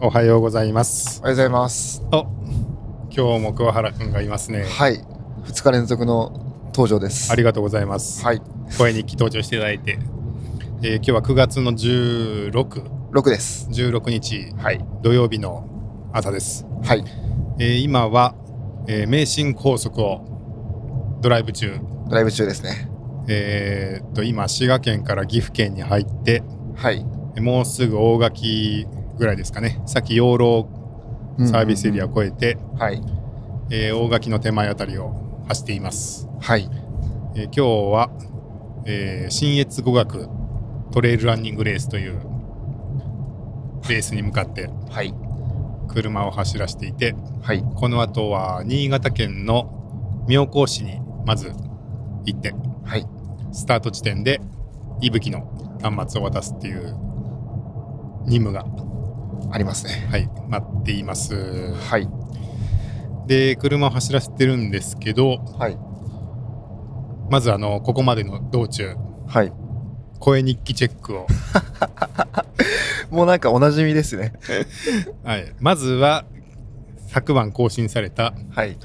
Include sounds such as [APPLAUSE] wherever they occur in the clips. おはようございますお。はようございます。お、今日も桑原くんがいますね。はい、2日連続の登場です。ありがとうございます。はい、声日記登場していただいて、えー今日は9月の16、 6です。 16日はい、土曜日の朝です。はい、えー今は、えー名神高速をドライブ中。ドライブ中ですね。えーっと今滋賀県から岐阜県に入って、はい、もうすぐ大垣ぐらいですかね。さっき養老サービスエリアを越えて、はい、えー大垣の手前あたりを走っています。はい、えー今日は、えー新越語学トレイルランニングレースというレースに向かってはい、車を走らせていてはい、この後は新潟県の妙高市にまず行ってはい、スタート地点で息吹の端末を渡すっていう任務が、ありますね。はい、待っています。はい、で車を走らせてるんですけどはい、まずあのここまでの道中はい。声日記チェックをもうなんかおなじみですね。はい、まずは昨晩更新されたはい、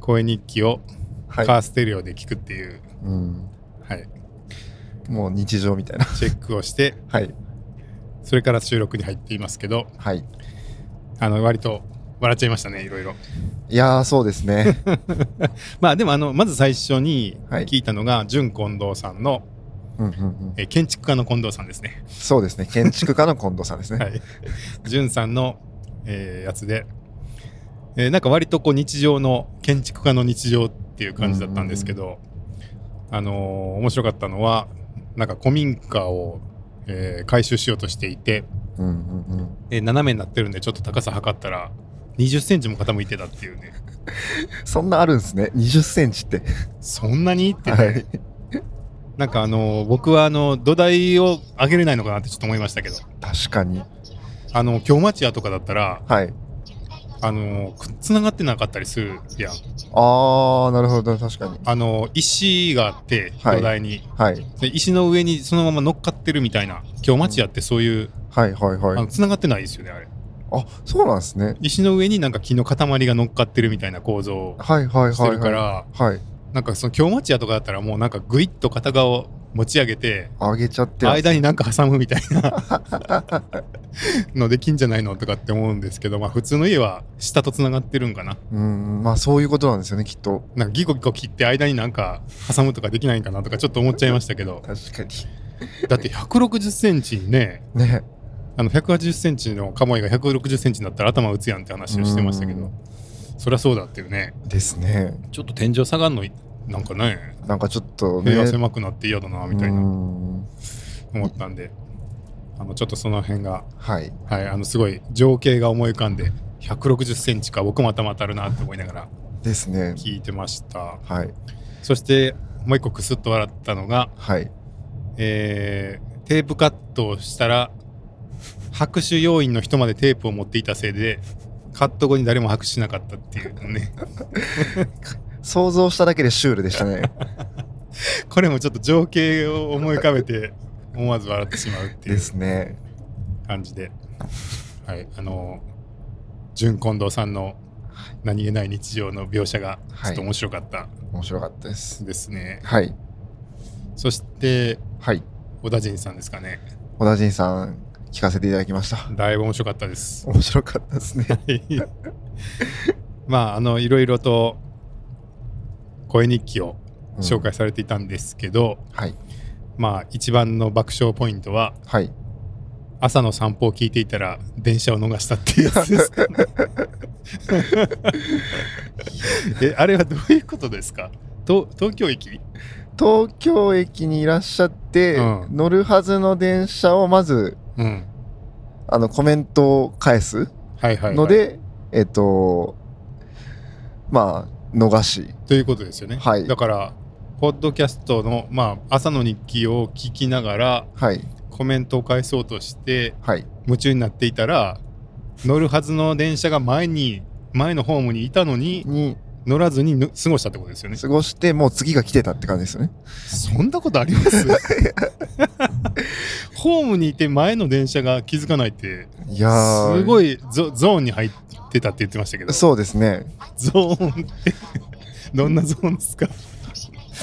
声日記をはカい。ーステレオで聞くっていう、うん、はいもう日常みたいな。チェックをしてはい、それから収録に入っていますけどはい。あの割と笑っちゃいましたねいろいろいやー、そうですね。 [LAUGHS] まあでもあのまず最初にはい聞いたのが純近藤さんの、うんうんうん、えー建築家の近藤さんですねそうですね。建築家の近藤さんですね。はい純さんの、えーやつで、えーなんか割とこう日常の建築家の日常っていう感じだったんですけど、あのー面白かったのはなんか古民家を、えー改修しようとしていて、うんうんうん。えー斜めになってるんでちょっと高さ測ったら20センチも傾いてたっていうねそんなあるんですね。20センチって。そんなにって、ねはい。なんかあのー僕はあの土台を上げれないのかなってちょっと思いましたけど確かに。あの京町屋とかだったらはい。あのーつながってなかったりするやん。あー、なるほど。確かに。あの石があってはい土台に、はい。で石の上にそのまま乗っかってるみたいな今日町屋ってそういうはいはいつな、はい。繋がってないですよねあれあ、そうなんですね。石の上になんか木の塊が乗っかってるみたいな構造をはいはいはい、はい。してるから、はい。なんかその京町屋とかだったらもうなんかグイッと片側を持ち上げて上げちゃってます。間になんか挟むみたいなのできんじゃないのとかって思うんですけどまあ普通の家は下とつながってるんかなうん、まあそういうことなんですよね、きっと。なんかギコギコ切って間になんか挟むとかできないんかなとかちょっと思っちゃいましたけど確かに。だって1 6 0センチにねね。あの180センチのカモイが160センチになったら頭打つやんって話をしてましたけうどん、そりゃそうだっていうね。ですね。ちょっと天井下がんの、なんかね、なんかちょっと部ね。屋狭くなって嫌だなみたいうなん思ったんで、あのちょっとその辺が、はい。はい、あのすごい情景が思い浮かんで、160センチか、僕も頭当たるなって思いながらですね。聞いてました。はい。そして、もう一個くすっと笑ったのが、はい。えーテープカットをしたら拍手要員の人までテープを持っていたせいでカット後に誰も拍手しなかったっていうね [LAUGHS] 想像しただけでシュールでした [LAUGHS] ね。これもちょっと情景を思い浮かべて思わず笑ってしまうっていでうすね。感じではいあの純近藤さんの何気ない日常の描写がちょっと面白かった面白かったです。ですね、はい。そしてはい。小田陣さんですかね小田陣さん、聞かせていただきました。だいぶ面白かったです面白かったですね。 [LAUGHS] まああのいろいろと声日記をう [LAUGHS] ん紹介。されていたんですけど、はい。まあ一番の爆笑ポイントははい。朝の散歩を聞いていたら電車を逃したっていうやつですかね [LAUGHS] えあれはどういうことですかと東京駅東京駅にいらっしゃって、うん乗るはずの電車をまずうんあのコメントを返はすいはい、はい、ので、えっ、とまあ逃しということですよね、はいだからポッドキャストの、まあ、朝の日記を聞きながらはいコメントを返そうとしてはい夢中になっていたら乗るはずの電車が前に前のホームにいたのにに乗らずにぬ過ごしたってことですよね。過ごしてもう次が来てたって感じですよねそんなことありますホームにいて前の電車が気づかないっていすやーごいゾゾーンに入ってたって言ってましたけどゾそうですねーンってどんなゾーンですか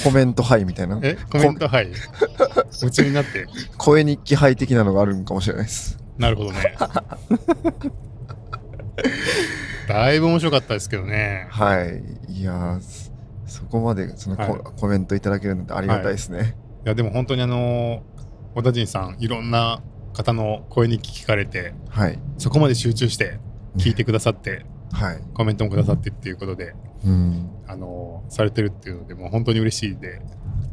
コメントはいみたいなえコメントはい夢中になって声日記はい的なのがあるんかもしれないですなるほど [LAUGHS] ねだいぶ面白かったですけどねはいいやーそそこまでそのコ,、はいコメントいただけるなんてありがたいですね、いやでも本当にあの小田陣さんいろんな方の声に聞かれてはいそこまで集中して聞いてくださってはいコメントもくださってっていうことでうんあのされてるっていうのでもう本当に嬉しいで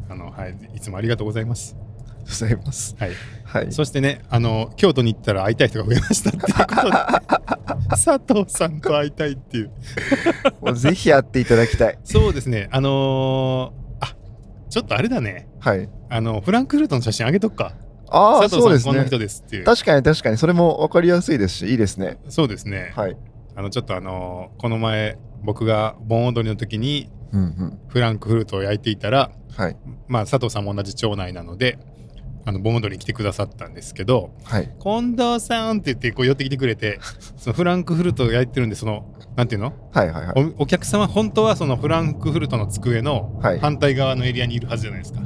あの、はい、いつもありがとうございます、ございますはい、はいそしてねあの京都に行ったら会いたい人が増えましたっていう [LAUGHS] ことで佐藤さんと会いたいっていうもうぜひ会っていただきたいそうですねあのーあちょっとあれだねはいあのフランクフルトの写真あげとくかああ佐藤そうさん、ですこんなね人ですっていう確かに確かにそれも分かりやすいですしいいですねそうですね、はいあのちょっとあのーこの前僕が盆踊りの時にうんうんフランクフルトを焼いていたらはいまあ、佐藤さんも同じ町内なのであの盆踊りに来てくださったんですけどはい「近藤さん」って言ってこう寄ってきてくれ [LAUGHS] てそのフランクフルトを焼いてるんでそのなんていうのはいはいはいおお客様本当はそのフランクフルトの机のはい反対側のエリアにいるはずじゃないですか、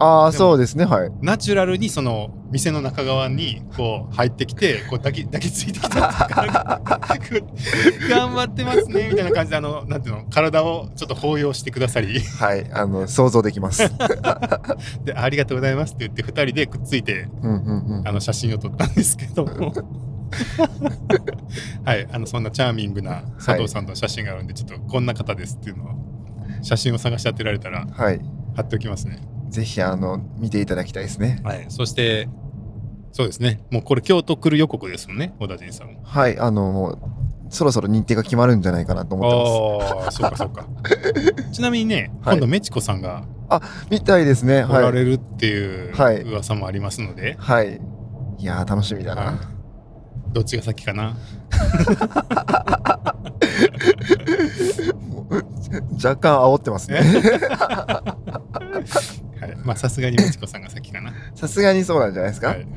ああでもそうですねはいナチュラルにその店の中側にこう入ってきてこう抱き抱きついてきたっていうか [LAUGHS] 頑張ってますねみたいな感じであのなんていうの体をちょっと抱擁してくださり [LAUGHS] はいあの想像できますでありがとうございますって言って2人でくっついて [LAUGHS] うんうんうんあの写真を撮ったんですけども [LAUGHS] はいあのそんなチャーミングな佐藤さんとの写真があるんで、ちょっとこんな方ですっていうのを写真を探し当てられたらはい貼っておきますねぜひあの見ていただきたいですねはいそしてそうですねもうこれ京都来る予告ですもんね小田陣さんもはいあのもうそろそろ日程が決まるんじゃないかなと思ってああーそうかそうか [LAUGHS] ちなみにね、はい今度メチコさんがますみたいですね来らはいれるっていうはい噂もありますので、はいいやー楽しみだはないどっちが先か [LAUGHS] な [LAUGHS] もう若干煽ってますねはいまあさすがにメチコさんが先かな [LAUGHS] さすがにそうなんじゃないですかはいはい、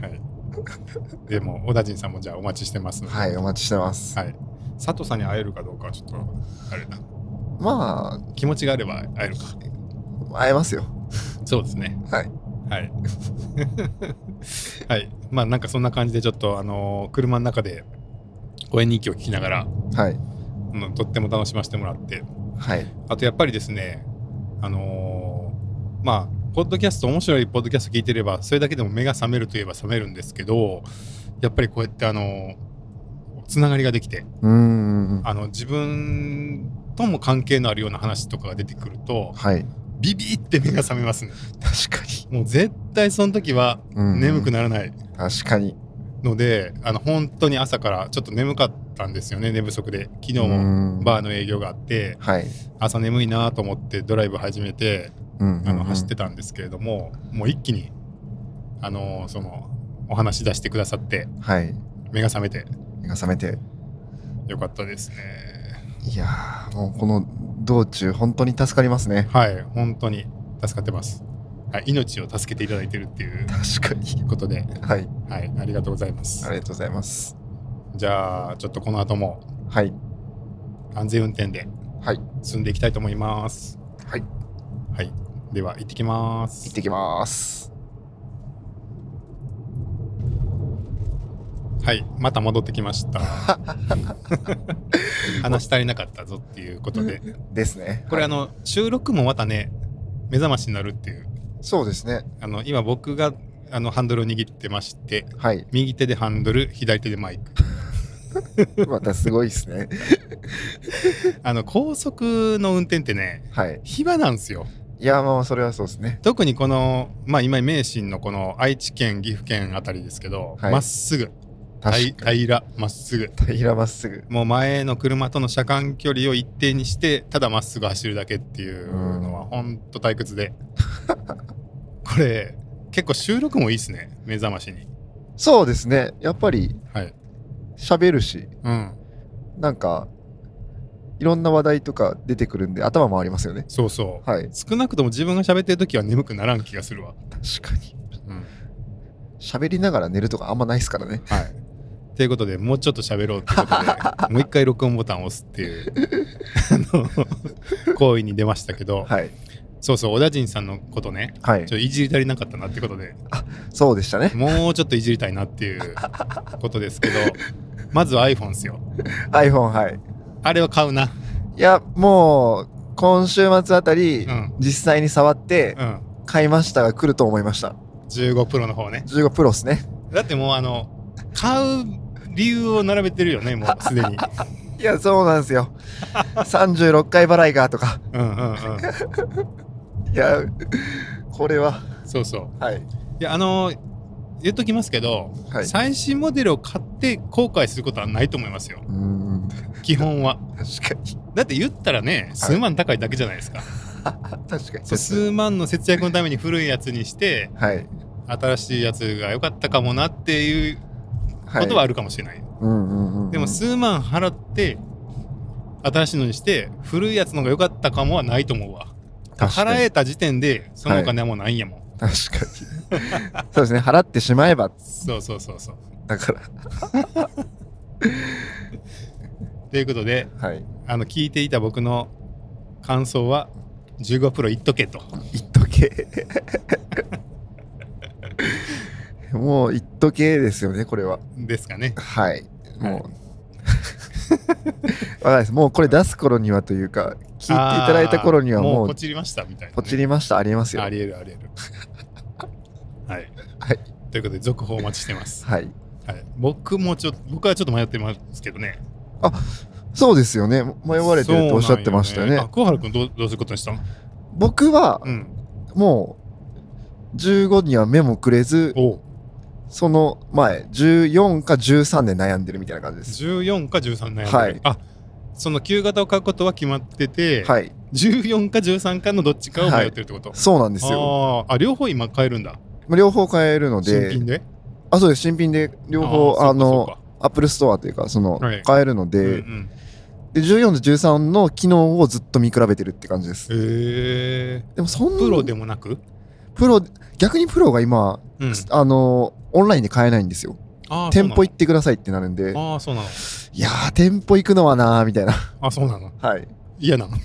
でも小田陣さんもじゃあお待ちしてますので、はいお待ちしてますはい佐藤さんに会えるかどうかはちょっとあれだまあ気持ちがあれば会えるか会えますよそうですねはいはいはいまあなんかそんな感じでちょっとあのー車の中で応援日記を聞きながら、はいうん、とっても楽しませてもらってはいあとやっぱりですねあのーまあポッドキャスト面白いポッドキャスト聞いてればそれだけでも目が覚めるといえば覚めるんですけどやっぱりこうやってあのーつながりができてうーんあの自分とも関係のあるような話とかが出てくるとはいビビって目が覚めますね確かに、もう絶対その時は眠くなならない確かにので、あの本当に朝からちょっと眠かったんですよね寝不足で昨日うもんバーの営業があってはい、朝眠いなと思ってドライブ始めてうんうんあの走ってたんですけれども、もう一気にあのそのお話し出してくださってはい目が覚めて目が覚めてよかったですねいやーもうこの道中本当に助かりますねはい本当に助かってます、はい、命を助けていただいてるっていう確かにということで、はいはい、ありがとうございますあり。がとうございますじゃあ、ちょっとこの後もはい安全運転ではい行進んでいきたいと思います。はい。はい。では、行ってきます。ってきますはい。また戻ってきました。 [LAUGHS] 話し足りなかったぞっていうことで、ですねこれ、はあいの、収録もまたね、目覚ましになるっていう、そうですねあの、今僕があのハンドルを握ってまして、はい右手でハンドル、左手でマイ [LAUGHS] ク。またすごいですね [LAUGHS] あの、高速の運転ってね、はい暇なんですよ。いやーまあそれはそうですね特にこの、まあ、今名神のこの愛知県岐阜県あたりですけどま、はいっすぐ確平か平らまっすぐに平らまっすぐもう前の車との車間距離を一定にしてただまっすぐ走るだけっていうのはほんと退屈 [LAUGHS] でこれ結構収録もいいですね目覚ましにそうですねやっぱりはい喋るしうんなんかいろんな話題とか出てくるんで頭回りますよねそうそう、はい少なくとも自分が喋ってる時は眠くならん気がするわ、確かにうん喋りながら寝るとかあんまないですからねはい。ということで、もうちょっと喋ろうということで、[LAUGHS] もう一回録音ボタンを押すっていう、あ [LAUGHS] の、行為に出ましたけど、はいそうそう、小田陣さんのことね、はいちょっといじり足りなかったなってことで、そうでしたねもうちょっといじりたいなっていうことですけど、まずは iPhone ですよ。 iPhone はいあれは買うな。いやもう今週末あたり、うん。実際に触ってうん。買いましたが来ると思いました15プロの方ね。 15プロですねだってもう、あの、買う理由を並べてるよね、もうすで [LAUGHS] に。いやそうなんで [LAUGHS] すよ36回払いがとかうんうんうん。いやこれはそうそう。はいいや、あの言っときますけど、はい最新モデルを買って後悔することはないと思いますようーん基本は確かにだって言ったらね数万高いだけじゃないですか、確かにそう数万の節約のために古いやつにしてはい新しいやつが良かったかもなっていうはいことはあるかもしれない、うんうんうんうんでも数万払って新しいのにして古いやつの方が良かったかもはないと思うわ確かに払えた時点でそのお金はもうないんやもん、確かにそうですね払ってしまえばそうそうそうそうだからということではいあの聞いていた僕の感想は15プロいっとけと一時計もう一時計ですよねこれはですかね。はいはもう、[LAUGHS] わいかんないですもうこれ出す頃にはというか聞いていただいた頃にはあーももううポチりましたみたいなね、ポチりましたありえますよありえるありえる。 [LAUGHS] はい、はいということで続報お待ちしてます。はいはい、僕もちょっと僕はちょっと迷ってますけどね。そうですよね迷われてるとおっしゃってましたよねそうなんよあ小原君どうどうすることにしたの？僕はうん。もう15には目もくれずおう、その前14か13で悩んでるみたいな感じです14か13悩んでる。はいあ、その旧型を買うことは決まってて、はい14か13かのどっちかを迷ってるってこと。そうなんですよあーあ、両方今買えるんだ。まあ両方買えるの新で品で。あそうです新品で両ーそ方あ、うかのそうかアップルストアというかその、はい買えるので,、うんうんで14と13の機能をずっと見比べてるって感じですへえでもそんなプロでもなく、プロ逆にプロが今、うんあのオンラインで買えないんですよあー店舗行ってくださいってなるんでああーそうなのいやー店舗行くのはなーみたい [LAUGHS] なあそうなのはい嫌なの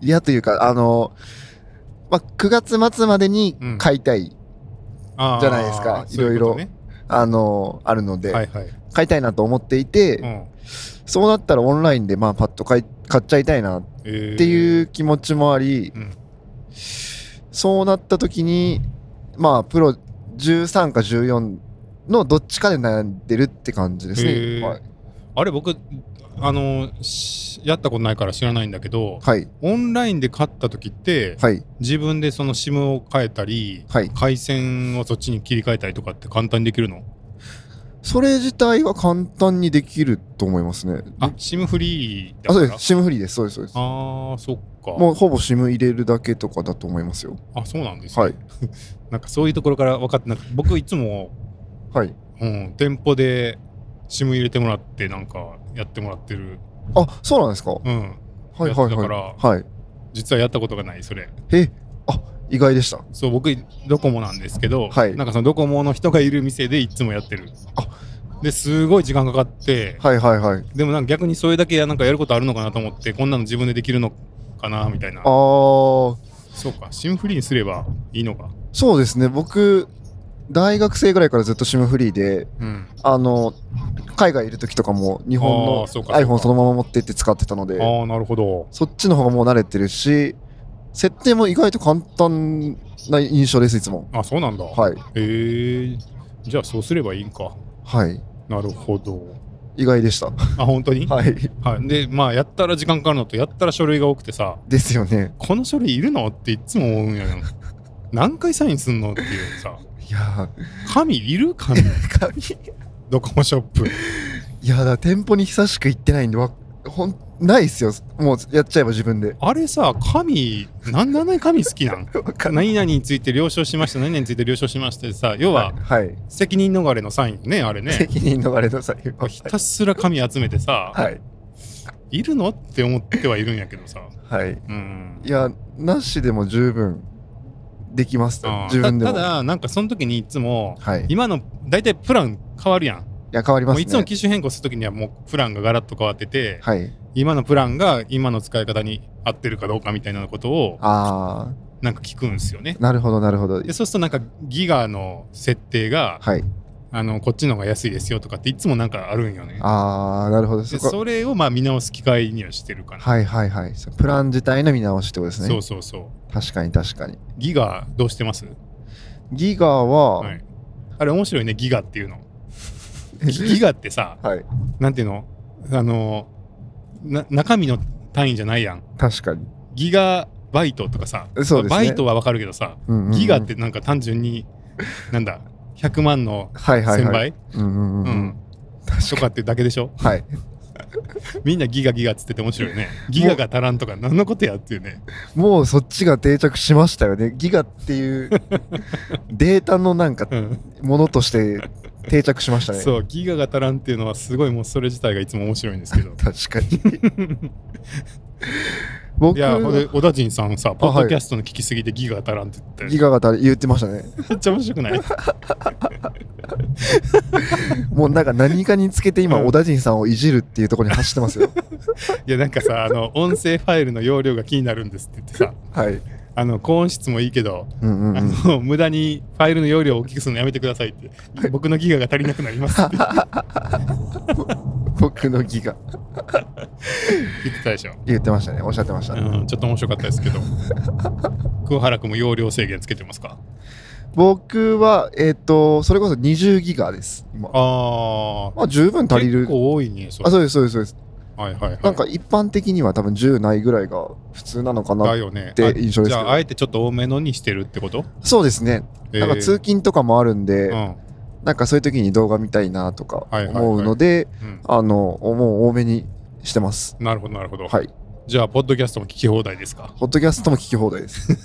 嫌というかあのまあ、9月末までに買いたい、あーじゃないですかそううことねあのあるので、はいはい、買いたいなと思っていて、うんそうなったらオンラインでまあパッと買い買っちゃいたいなっえーていう気持ちもあり、うんそうなった時にまあプロ13か14のどっちかで悩んでるって感じですね。へーはいあれ僕あのしやったことないから知らないんだけどはいオンラインで買った時ってはい自分でその SIM を変えたりはい回線をそっちに切り替えたりとかって簡単にできるのそれ自体は簡単にできると思いますね。あ SIM フリーだあかそうらです SIM フリーですそうですそうです。あーそっかもうほぼ SIM 入れるだけとかだと思いますよ。あそうなんですね、はいなんかそういうところから分かってなく僕いつもはい。うん、店舗で SIM 入れてもらってなんかやってもらってる、あそうなんですか。はうん、いはいだはかい。らはい。実はやったことがないそれえあ意外でした。そう僕ドコモなんですけど、はいなんかそのドコモの人がいる店でいつもやってるあですごい時間かかって、はいはいはい。でもなんか逆にそれだけなんかやることあるのかなと思ってこんなの自分でできるのかなみたいなあーそうか SIM フリーにすればいいのかそうですね僕大学生ぐらいからずっと SIM フリーでうんあの海外いる時とかも日本あのーそうかそうか iPhone そのまま持ってって使ってたのあであなるほどそっちの方がもう慣れてるし設定も意外と簡単な印象ですいつもあそうなんだ、はいえー、じゃあそうすればいいんかはいなるほど意外でした [LAUGHS] あ本当にはいはい、でまあやったら時間かかるのとやったら書類が多くてさですよねこの書類いるのっていつも思うんやん [LAUGHS] 何回サインすんのっていうさ [LAUGHS] いや紙いる紙ー紙ドコモショップいやだ店舗に久しく行ってないんでわほんないっすよもうやっちゃえば自分で [LAUGHS] あれさ紙なんであんなに紙好きなんわかい何々について了承しました何々について了承しましたでさ要ははい、はい責任逃れのサインねあれね [LAUGHS] 責任逃れなさいよひたすら紙集めてさ、はいいるのって思ってはいるんやけどさ、はいうん、いやなしでも十分できますあー自分でもたただなんかその時にいつもはい、い今の大体プラン変わるやん、や変わりまもうすねいつも機種変更する時にはもうプランがガラッと変わってて、はい今のプランが今の使い方に合ってるかどうかみたいなことをあなんか聞くんですよねあなるほどなるほどでそうするとなんかギガの設定が、はいあのこっちの方が安いですよとかっていつもなんかあるんよねああなるほどでそこそれをまあ見直す機会にはしてるかな、はいはいはいそうプラン自体の見直しってことですねそうそうそう確かに確かにギガどうしてます、ギガは、はい、あれ面白いねギガっていう [LAUGHS] のギガってさはいなんていうのあのな中身の単位じゃないやん確かに、ギガバイトとかさ、そうですねバイトはわかるけどさうんうんうんギガってなんか単純になんだ100万のはいはい1000倍、はいうんうんうんううんん、とかってだけでしょはいみんなギガギガっつってて面白いよねギガが足らんとか何のことやっていうねもうそっちが定着しましたよねギガっ [LAUGHS] ていうデータのなんかうんものとして定着しましたねそうギガが足らんっていうのはすごいもうそれ自体がいつも面白いんですけど確かに [LAUGHS] 僕いやほんで小田陣さんさポッドキャストの聞きすぎでギガが足らんって言ってギガが足り言ってましたねめっちゃ面白くないもうなんか何かにつけて今うん小田陣さんをいじるっていうところに走っ [LAUGHS] てますよいやなんかさあの音声ファイルの容量が気になるんですって言ってさはいあの高音質もいいけどうんうん、あうん、の無駄にファイルの容量を大きくするのやめてくださいって僕のギガが足りなくなりますって僕のギガ言ってたでしょ、言ってましたねおっしゃってました、うん、ちょっと面白かったですけど桑原君も容量制限つけてますか僕はえっ、とそれこそ20ギガです今あまあ十分足りる結構多いねそれあそうですそうですそうです、はいはいはいなんか一般的には多分10ないぐらいが普通なのかだなよねって印象あですけどじゃああえてちょっと多めのにしてるってことそうですね、なんか通勤とかもあるんで、えーうんなんかそういう時に動画見たいなとかはいはいはい思うので、うんあのもう多めにしてますなるほどなるほど、はいじゃあポッドキャストも聞き放題ですかホットキャストも聞き放題で [LAUGHS] すで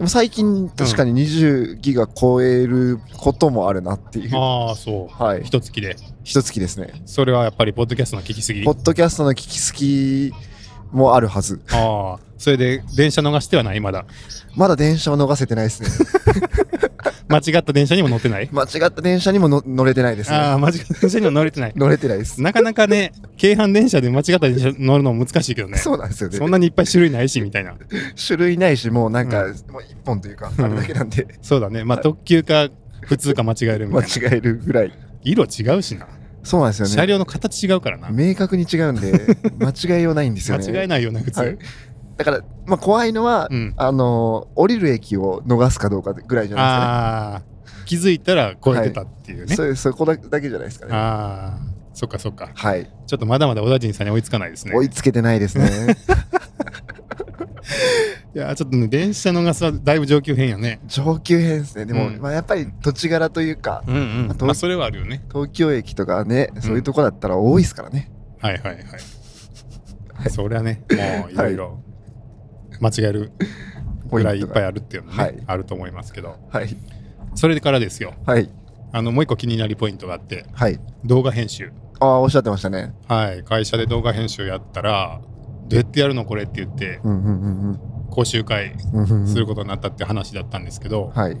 も最近確かに20ギガ超えることもあるなっていう、ああそうはい一月で一月ですねそれはやっぱりポッドキャストの聞きすぎポあッドキャストの聞きすぎもあるはずあそれで電車逃してはないまだまだ電車は逃せてないです [LAUGHS] ね間違った電車にも乗ってない間違った電車にもの乗れてないですあねあ、間違った電車には乗れてない。乗れてないですなかなかね、京阪電車で間違った電車乗るのも難しいけどね。そうなんですよねそんなにいっぱい種類ないし、みたいな。種類ないしもうなんか、うもう一本というかうんあれだけなんでそうだね。まあ、特急か普通か間違えるみ間たい違な。えるぐらい色違うしな。そうなんですよ車ね両の形違うからな。明確に違うんで [LAUGHS] 間違いようないんですよね間違えないよな、普通。はいだから、まあ、怖いのは、うん。あのー降りる駅を逃すかどうかぐらいじゃなああ、気づいたら超えてたっていういね。ですかね。そそこだだけじゃないですかね。ああ、そっかそっか。はい、ちょっとまだまだ小田陣さんに追いつかないですね。追いつけてないです [LAUGHS] ね。いやー、ちょっとね、電車逃すはだいぶ上級編やね。上級編ですね。でも、うんまあ、やっぱり土地柄というか、うんうあん。とまあ、それはあるよね。東京駅とかね、そういうとこだったら多いですからね。はいはいはい。そりゃね、もういろいろ間違えるぐらいいっぱいい。あるっていうのね、はいあると思いますけど、はい、それからですよ、はい、あのもう一個気になりポイントがあって、はい。動画編集。ああ、おっしゃってましたね。はい、会社で動画編集やったら、どうやってやるのこれって言って、うんうんうん講習会うんうんうん。することになったって話だったんですけど、はい。ま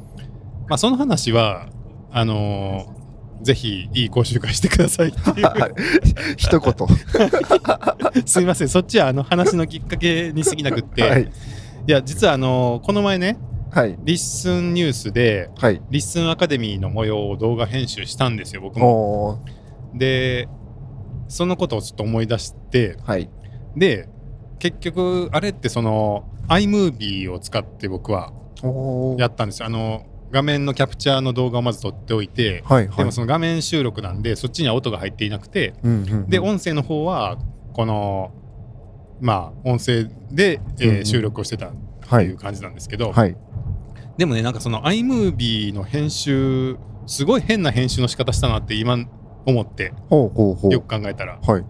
あ、その話は、あのーぜひいい講習会してくださいっていう [LAUGHS] 一言。すいませんそっちはあの話のきっかけに過ぎなくって、、はいい。や実はあのーこの前ねはい。リッスンニュースではい。リッスンアカデミーの模様を動画編集したんですよ僕も。おーでそのことをちょっと思い出してはい。で結局あれってその iMovie を使って僕はおーやったんですよあの画面のキャプチャーの動画をまず撮っておいて、はい。はい。でもその画面収録なんでそっちには音が入っていなくてうんうんうんで音声の方はこのまあ音声で、えーうんうん収録をしてたって。はいいう感じなんですけど、はい。でもねなんかその iMovie の編集すごい変な編集の仕方したなって今思ってほうほうほよう。く考えたらはい。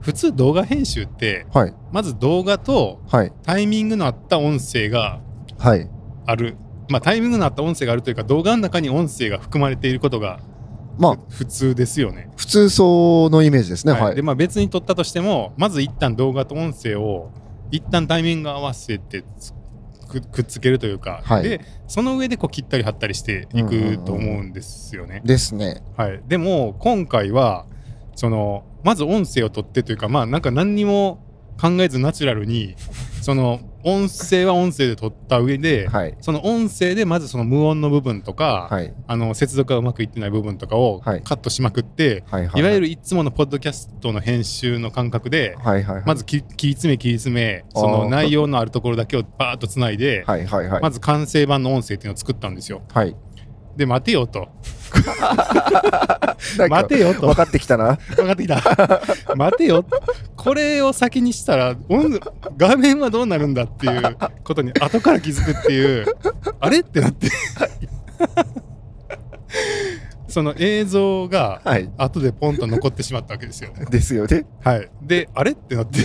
普通動画編集ってはい。まず動画とはい。タイミングのあった音声がはい。あるまあタイミングのあった音声があるというか動画の中に音声が含まれていることがまあ普通ですよね。普通そうのイメージですねはい、でまあ、別に撮ったとしてもまず一旦動画と音声を一旦タイミング合わせてつくくっつけるというか、はいでその上でこう切ったり貼ったりしていうんうんうくんと思うんですよね。ですねはい、でも今回はそのまず音声を取ってというかまあなんか何にも考えずナチュラルにその音声は音声で取った上 [LAUGHS] で、はいその音声でまずその無音の部分とか、はいあの接続がうまくいってない部分とかをカはいットしまくって、はいはいい、わゆるるいつものポッドキャストの編集の感覚で、はいはいはいまずき切り詰め切り詰めあーその内容のあるところだけをバーッとつないで、はいはいはいまず完成版の音声っていうのを作ったんですよ。はいで待てよとなんか待てよと分かってきたな分かってきた [LAUGHS] 待てよこれを先にしたら音画面はどうなるんだっていうことに後から気づくっていうあれってなって [LAUGHS] その映像がはい後でポンと残ってしまったわけですよね。ですよねはい、であれってなって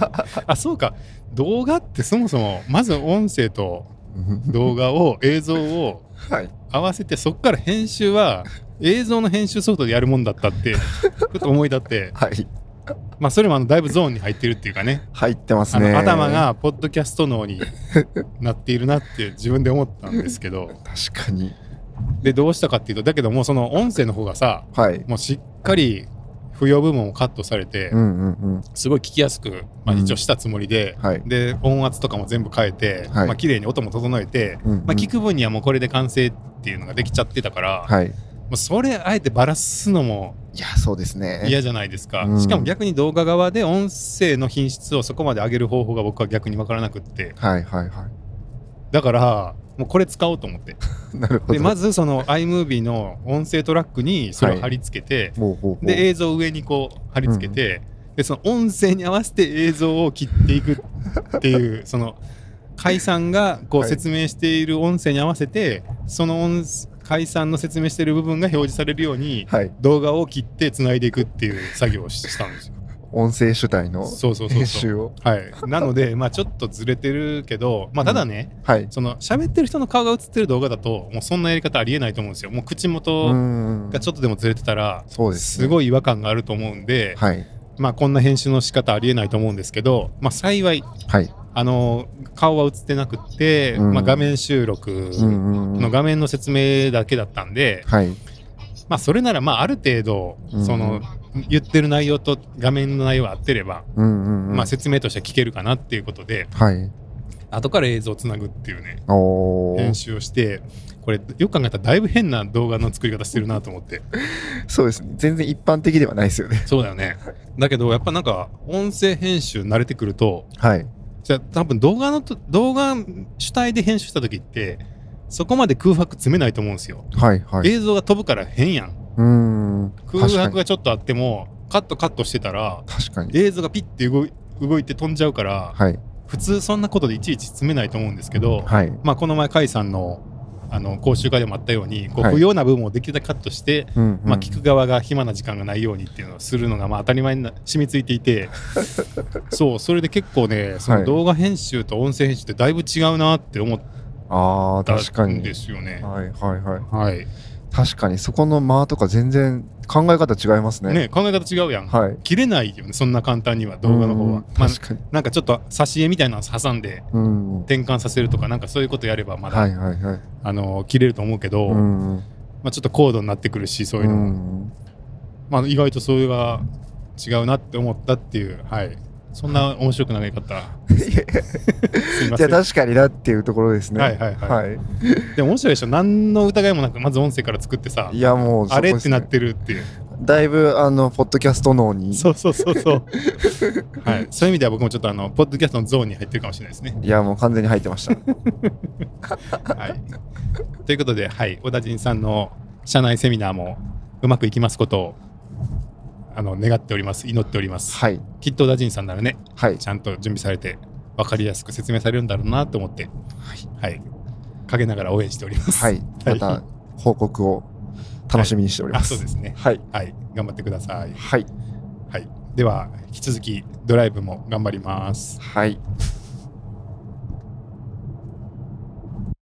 [LAUGHS] あそうか動画ってそもそもまず音声と動画を映像をはい合わせてそこから編集は映像の編集ソフトでやるもんだったってちょっと思い立ってはいまあそれもあのだいぶゾーンに入ってるっていうかね入ってますあねの頭がポッドキャスト [LAUGHS] 脳になっているなって自分で思ったんですけど確かにでどうしたかっていうとだけどもうその音声の方がさはいもうしっかり不要部分をカットされてうんうんうんすごい聞きやすく、まあ、うん一応したつもりで、はいで音圧とかも全部変えて、はいまあ綺麗に音も整えて、うんうんまあ、聞く分にはもうこれで完成っていうのができちゃってたから、はいもうそれあえてバラすのもいやそうですね嫌じゃないですか、うんしかも逆に動画側で音声の品質をそこまで上げる方法が僕は逆に分からなくってはいはいはだからもうこれ使おうと思っ [LAUGHS] ていなるほどでまずその iMovie の音声トラックにそれを貼り付けて、ほうほうほうで映像を上にこう貼り付けて、でその音声に合わせて映像を切っていくっていう [LAUGHS] その解散がこうはい説明している音声に合わせて、その音解散の説明している部分が表示されるようにはい動画を切ってつないでいくっていう作業をししたんですよ。音声主体のそうそうそう編そう集をはい、なので、まあ、ちょっとずれてるけど、まあ、ただね、はいその喋ってる人の顔が映ってる動画だともうそんなやり方ありえないと思うんですよ。もう口う元んがちょっとでもずれてたら、そうですすいごい違和感があると思うんで、はいまあ、こんな編集の仕方ありえないと思うんですけど、まあ、幸い、はいあの顔は映ってなくって、うんまあ、画面収録うんうんうのん画面の説明だけだったんで、はいまあ、それならまあある程度うんその言ってる内容と画面の内容が合ってれば、うんうんうんまあ、説明としては聞けるかなっていうことではい後から映像をつなぐっていうねお編ー集をしてこれよく考えたらだいぶ変な動画の作り方してるなと思ってそうですね全然一般的ではないですよね [LAUGHS] そうだよねだけどやっぱなんか音声編集慣れてくるとはいじゃあ多分動画のと動画主体で編集した時ってそこまで空白詰めないと思うんですよ、はいはい映像が飛ぶから変やんうーん空確か白にがちょっとあってもカットカットしてたら確かに映像がピッて動い動いて飛んじゃうからはい普通そんなことでいちいち詰めないと思うんですけど、はいまあ、この前甲斐さんのあの講習会でもあったようにこうはい不要な部分をできるだけカットして、うんうんまあ、聞く側が暇な時間がないようにっていうのをするのがまあ当たり前にな染みついてい [LAUGHS] てそうそれで結構ねそはのい動画編集と音声編集ってだいぶ違うなって思っあーた確かんにですよね。はいはいははいい、確かにそこの間とか全然考え方違いますねね考え方違うやん。はい切れないよねそんな簡単には動画の方うはん。まあ、確かになんかちょっと挿絵みたいなの挟んでうんはい転換させるとかなんかそういうことやればまだ、はいはいあの切れると思うけど、うんうんまあ、ちょっと高度になってくるしそういうのも、うんまあ、意外とそれが違うなって思ったっていう、はい、そんな面白くなり方すいませじゃあんで確かになっていうところですね。。はいはいはいも面白いでしょ何の疑いもなくまず音声から作ってさい、やもうあれってなっそこてるっていうですねだいぶあのポッドキャスト脳にそうそうそうそうはいそういう意味では僕もちょっとあのポッドキャストのゾーンに入ってるかもしれないですねいやもう完全に入ってま [LAUGHS] した。はいということではい小田陣さんの社内セミナーもうまくいきますことをあの願っております祈っております、はいきっと小田陣さんならねはいちゃんと準備されて分かりやすく説明されるんだろうなと思って、はい陰ながら応援しております。はいまた報告を楽しみにしておりまあす。そうですね、はいはい、頑張ってください、はいはい、では引き続きドライブも頑張ります。はい。